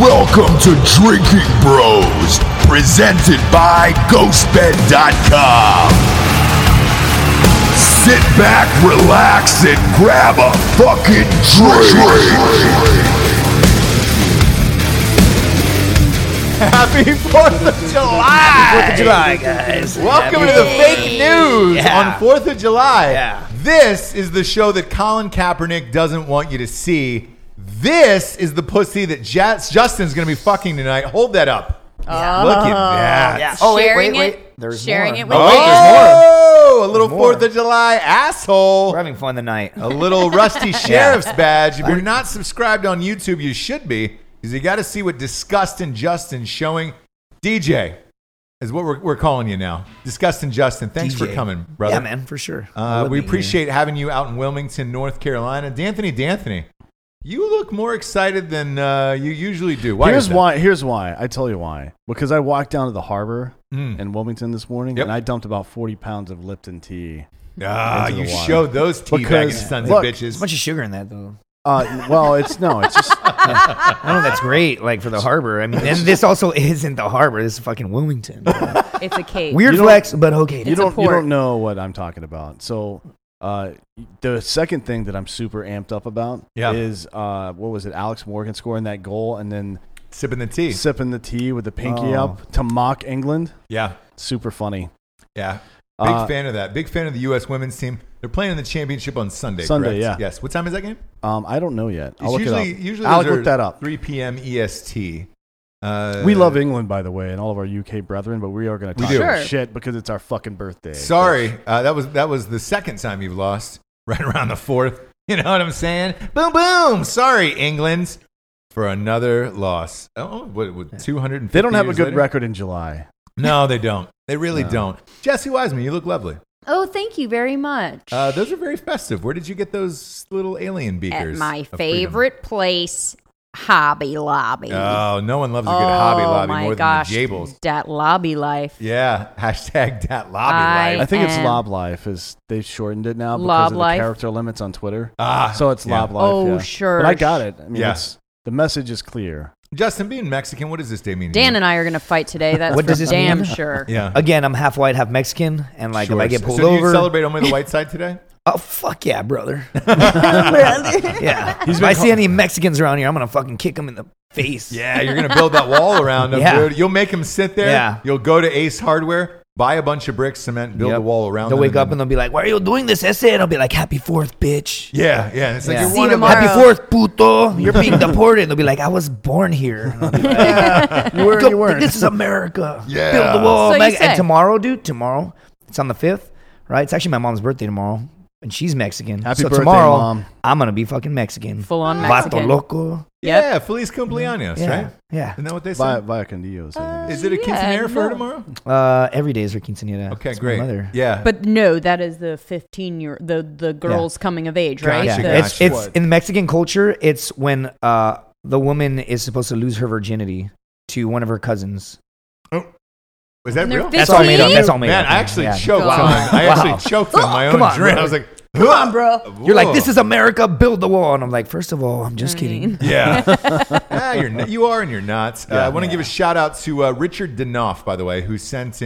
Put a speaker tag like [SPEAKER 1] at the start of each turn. [SPEAKER 1] Welcome to Drinking Bros, presented by GhostBed.com. Sit back, relax, and grab a fucking drink.
[SPEAKER 2] Happy Fourth of July! Fourth of July, guys. Welcome to the fake news
[SPEAKER 3] Yeah.
[SPEAKER 2] on Fourth of July.
[SPEAKER 3] Yeah.
[SPEAKER 2] This is the show that Colin Kaepernick doesn't want you to see. This is the pussy that Jets, Justin's going to be fucking tonight. Hold that up. Look at that.
[SPEAKER 3] Yeah.
[SPEAKER 4] Oh,
[SPEAKER 3] Oh,
[SPEAKER 4] wait,
[SPEAKER 3] wait,
[SPEAKER 4] sharing
[SPEAKER 3] wait, wait.
[SPEAKER 4] it.
[SPEAKER 3] There's
[SPEAKER 4] sharing
[SPEAKER 3] more.
[SPEAKER 4] it with
[SPEAKER 3] Oh,
[SPEAKER 2] Oh,
[SPEAKER 3] wait,
[SPEAKER 4] me.
[SPEAKER 3] there's more.
[SPEAKER 2] a little
[SPEAKER 3] more.
[SPEAKER 2] Fourth of July asshole.
[SPEAKER 3] We're having fun tonight.
[SPEAKER 2] a little rusty sheriff's badge. If you're not subscribed on YouTube, you should be, because you got to see what Disgustin Justin's showing. DJ is what we're, we're calling you now. Disgustin Justin, thanks for
[SPEAKER 3] DJ.
[SPEAKER 2] coming, brother.
[SPEAKER 3] Yeah, man, for sure. I
[SPEAKER 2] Uh,
[SPEAKER 3] love
[SPEAKER 2] we
[SPEAKER 3] being here.
[SPEAKER 2] appreciate having you out in Wilmington, North Carolina. D'Anthony, D'Anthony, you look more excited than uh, you usually do. Why
[SPEAKER 5] here's
[SPEAKER 2] is that?
[SPEAKER 5] why. Here's why. I tell you why. Because I walked down to the harbor
[SPEAKER 2] Mm.
[SPEAKER 5] in Wilmington this morning,
[SPEAKER 2] Yep.
[SPEAKER 5] and I dumped about forty pounds of Lipton tea.
[SPEAKER 2] Ah,
[SPEAKER 5] into
[SPEAKER 2] you
[SPEAKER 5] the water.
[SPEAKER 2] showed those teabagging
[SPEAKER 5] Because-
[SPEAKER 2] sons of
[SPEAKER 5] look,
[SPEAKER 3] There's a
[SPEAKER 2] bitches.
[SPEAKER 3] bunch of sugar in that, though.
[SPEAKER 5] Uh, well, it's no, it's just
[SPEAKER 3] I know that's great, like for the harbor. I mean, and this also isn't the harbor. This is fucking Wilmington.
[SPEAKER 4] It's a cake.
[SPEAKER 3] Weird
[SPEAKER 5] You don't-
[SPEAKER 3] flex, but okay.
[SPEAKER 5] you
[SPEAKER 4] It's a
[SPEAKER 5] don't you
[SPEAKER 4] port.
[SPEAKER 5] don't know what I'm talking about. So, uh, the second thing that I'm super amped up about
[SPEAKER 2] Yeah.
[SPEAKER 5] is uh, what was it? Alex Morgan scoring that goal and then
[SPEAKER 2] Sipping the tea.
[SPEAKER 5] sipping the tea with the pinky
[SPEAKER 3] Oh.
[SPEAKER 5] up to mock England.
[SPEAKER 2] Yeah,
[SPEAKER 5] Super funny.
[SPEAKER 2] yeah. Big
[SPEAKER 5] Uh,
[SPEAKER 2] fan of that. Big fan of the U.S. women's team. They're playing in the championship on Sunday. correct?
[SPEAKER 5] Sunday, yeah.
[SPEAKER 2] Yes. What time is that game?
[SPEAKER 5] Um, I don't know yet. I'll
[SPEAKER 2] It's
[SPEAKER 5] look
[SPEAKER 2] usually,
[SPEAKER 5] it up.
[SPEAKER 2] Usually
[SPEAKER 5] I'll
[SPEAKER 2] those are
[SPEAKER 5] look that up.
[SPEAKER 2] 3 p.m. EST. E Uh,
[SPEAKER 5] We love England, by the way, and all of our UK brethren, but we are going to
[SPEAKER 2] We
[SPEAKER 5] talk
[SPEAKER 2] do.
[SPEAKER 5] about
[SPEAKER 4] Sure.
[SPEAKER 5] shit because it's our fucking birthday.
[SPEAKER 2] Sorry, uh, that was that was the second time you've lost. Right around the fourth. You know what I'm saying? Boom, boom. Sorry, England, for another loss. Oh, what, what 250
[SPEAKER 5] They don't have a
[SPEAKER 2] years
[SPEAKER 5] good
[SPEAKER 2] later?
[SPEAKER 5] record in July.
[SPEAKER 2] No, they don't. They really
[SPEAKER 5] No.
[SPEAKER 2] don't. Jesse Wiseman, you look lovely.
[SPEAKER 4] oh, thank you very much.
[SPEAKER 2] Uh, those are very festive. Where did you get those little alien
[SPEAKER 4] At
[SPEAKER 2] beakers?
[SPEAKER 4] my
[SPEAKER 2] of freedom?
[SPEAKER 4] favorite place, Hobby Lobby.
[SPEAKER 2] Oh, no one loves a good Hobby
[SPEAKER 4] Oh,
[SPEAKER 2] Lobby
[SPEAKER 4] my
[SPEAKER 2] more
[SPEAKER 4] gosh.
[SPEAKER 2] than the Jables.
[SPEAKER 4] That lobby life.
[SPEAKER 2] Yeah, hashtag dat lobby
[SPEAKER 4] I-
[SPEAKER 5] I
[SPEAKER 2] life.
[SPEAKER 5] think it's
[SPEAKER 4] And-
[SPEAKER 5] Lob Life. Is they've shortened it now because
[SPEAKER 4] Lob
[SPEAKER 5] of the
[SPEAKER 4] Life?
[SPEAKER 5] character limits on Twitter.
[SPEAKER 2] Ah,
[SPEAKER 5] so it's
[SPEAKER 2] yeah.
[SPEAKER 5] Lob Life.
[SPEAKER 4] Oh,
[SPEAKER 5] yeah.
[SPEAKER 4] sure.
[SPEAKER 5] But I got it. I mean,
[SPEAKER 2] Yeah.
[SPEAKER 5] it's, the message is clear.
[SPEAKER 2] Justin, being Mexican, what does this day mean? to
[SPEAKER 4] Dan
[SPEAKER 2] you?
[SPEAKER 4] and I are going to fight today. That's
[SPEAKER 3] What
[SPEAKER 4] for
[SPEAKER 3] does this
[SPEAKER 4] damn
[SPEAKER 3] mean?
[SPEAKER 4] sure.
[SPEAKER 2] yeah,
[SPEAKER 3] Again, I'm half white, half Mexican, and like
[SPEAKER 2] Sure.
[SPEAKER 3] if I get
[SPEAKER 2] So-
[SPEAKER 3] pulled
[SPEAKER 2] so do
[SPEAKER 3] over,
[SPEAKER 2] you celebrate only the white side today?
[SPEAKER 3] oh fuck yeah, brother. yeah. if I see any Mexicans around here, I'm gonna fucking kick them in the face.
[SPEAKER 2] Yeah, you're gonna build that wall around them,
[SPEAKER 3] Yeah.
[SPEAKER 2] dude. You'll make them sit there.
[SPEAKER 3] Yeah.
[SPEAKER 2] You'll go to Ace Hardware, buy a bunch of bricks, cement, build
[SPEAKER 3] Yep.
[SPEAKER 2] a wall around.
[SPEAKER 3] They'll
[SPEAKER 2] them
[SPEAKER 3] wake
[SPEAKER 2] and
[SPEAKER 3] up and they'll be like, "Why are you doing this, essay?" And I'll be like, "Happy Fourth, bitch."
[SPEAKER 2] then- yeah, yeah. It's like
[SPEAKER 3] Yeah.
[SPEAKER 2] you're
[SPEAKER 4] See
[SPEAKER 2] one
[SPEAKER 4] you
[SPEAKER 2] of my
[SPEAKER 4] tomorrow.
[SPEAKER 3] Happy Fourth, puto. um, You're being deported. They'll be like, "I was born here." And I'll be like,
[SPEAKER 5] You were.
[SPEAKER 3] Go-
[SPEAKER 5] You weren't.
[SPEAKER 3] This is America.
[SPEAKER 2] Yeah.
[SPEAKER 3] Build the wall.
[SPEAKER 4] So you
[SPEAKER 3] Meg-
[SPEAKER 4] say.
[SPEAKER 3] and tomorrow, dude, tomorrow, it's on the 5th, right? It's actually my mom's birthday tomorrow, and she's Mexican.
[SPEAKER 5] Happy
[SPEAKER 3] so
[SPEAKER 5] birthday,
[SPEAKER 3] tomorrow,
[SPEAKER 5] Mom.
[SPEAKER 3] I'm going to be fucking Mexican.
[SPEAKER 4] Full on
[SPEAKER 3] Vato
[SPEAKER 4] Mexican.
[SPEAKER 3] loco.
[SPEAKER 4] Yep.
[SPEAKER 2] yeah, Feliz cumpleaños,
[SPEAKER 3] Yeah.
[SPEAKER 2] right?
[SPEAKER 3] Yeah.
[SPEAKER 2] Isn't that what they
[SPEAKER 5] Via,
[SPEAKER 2] said?
[SPEAKER 5] via Condillos, I think.
[SPEAKER 2] Is it a
[SPEAKER 4] Yeah,
[SPEAKER 2] quinceanera for her
[SPEAKER 4] no.
[SPEAKER 2] tomorrow?
[SPEAKER 3] Uh, every day is her quinceanera.
[SPEAKER 2] Okay,
[SPEAKER 3] It's my
[SPEAKER 2] great.
[SPEAKER 3] mother.
[SPEAKER 2] Yeah,
[SPEAKER 4] But no, that is the 15 year the the girls coming of age, right?
[SPEAKER 3] Yeah.
[SPEAKER 2] Gotcha,
[SPEAKER 4] The-
[SPEAKER 2] gotcha.
[SPEAKER 3] It's, it's in Mexican culture. It's when uh, the woman is supposed to lose her virginity to one of her cousins.
[SPEAKER 2] was that
[SPEAKER 4] and they're
[SPEAKER 2] real?
[SPEAKER 4] fifteen?
[SPEAKER 3] That's all made up. That's all made
[SPEAKER 2] Man,
[SPEAKER 3] up.
[SPEAKER 2] I actually
[SPEAKER 3] Yeah.
[SPEAKER 2] choked
[SPEAKER 4] Wow.
[SPEAKER 2] on. I
[SPEAKER 3] Wow.
[SPEAKER 2] actually choked on my
[SPEAKER 3] Come
[SPEAKER 2] own
[SPEAKER 3] on,
[SPEAKER 2] drink.
[SPEAKER 3] bro.
[SPEAKER 2] I was like,
[SPEAKER 3] Come on, bro. You're
[SPEAKER 2] Whoa.
[SPEAKER 3] like, this is America. Build the wall. And I'm like, first of all, I'm just kidding.
[SPEAKER 2] Yeah. ah, you're, n- you are and you're not. Uh, I want to give a shout out to uh, Richard Danoff, by the way, who sent in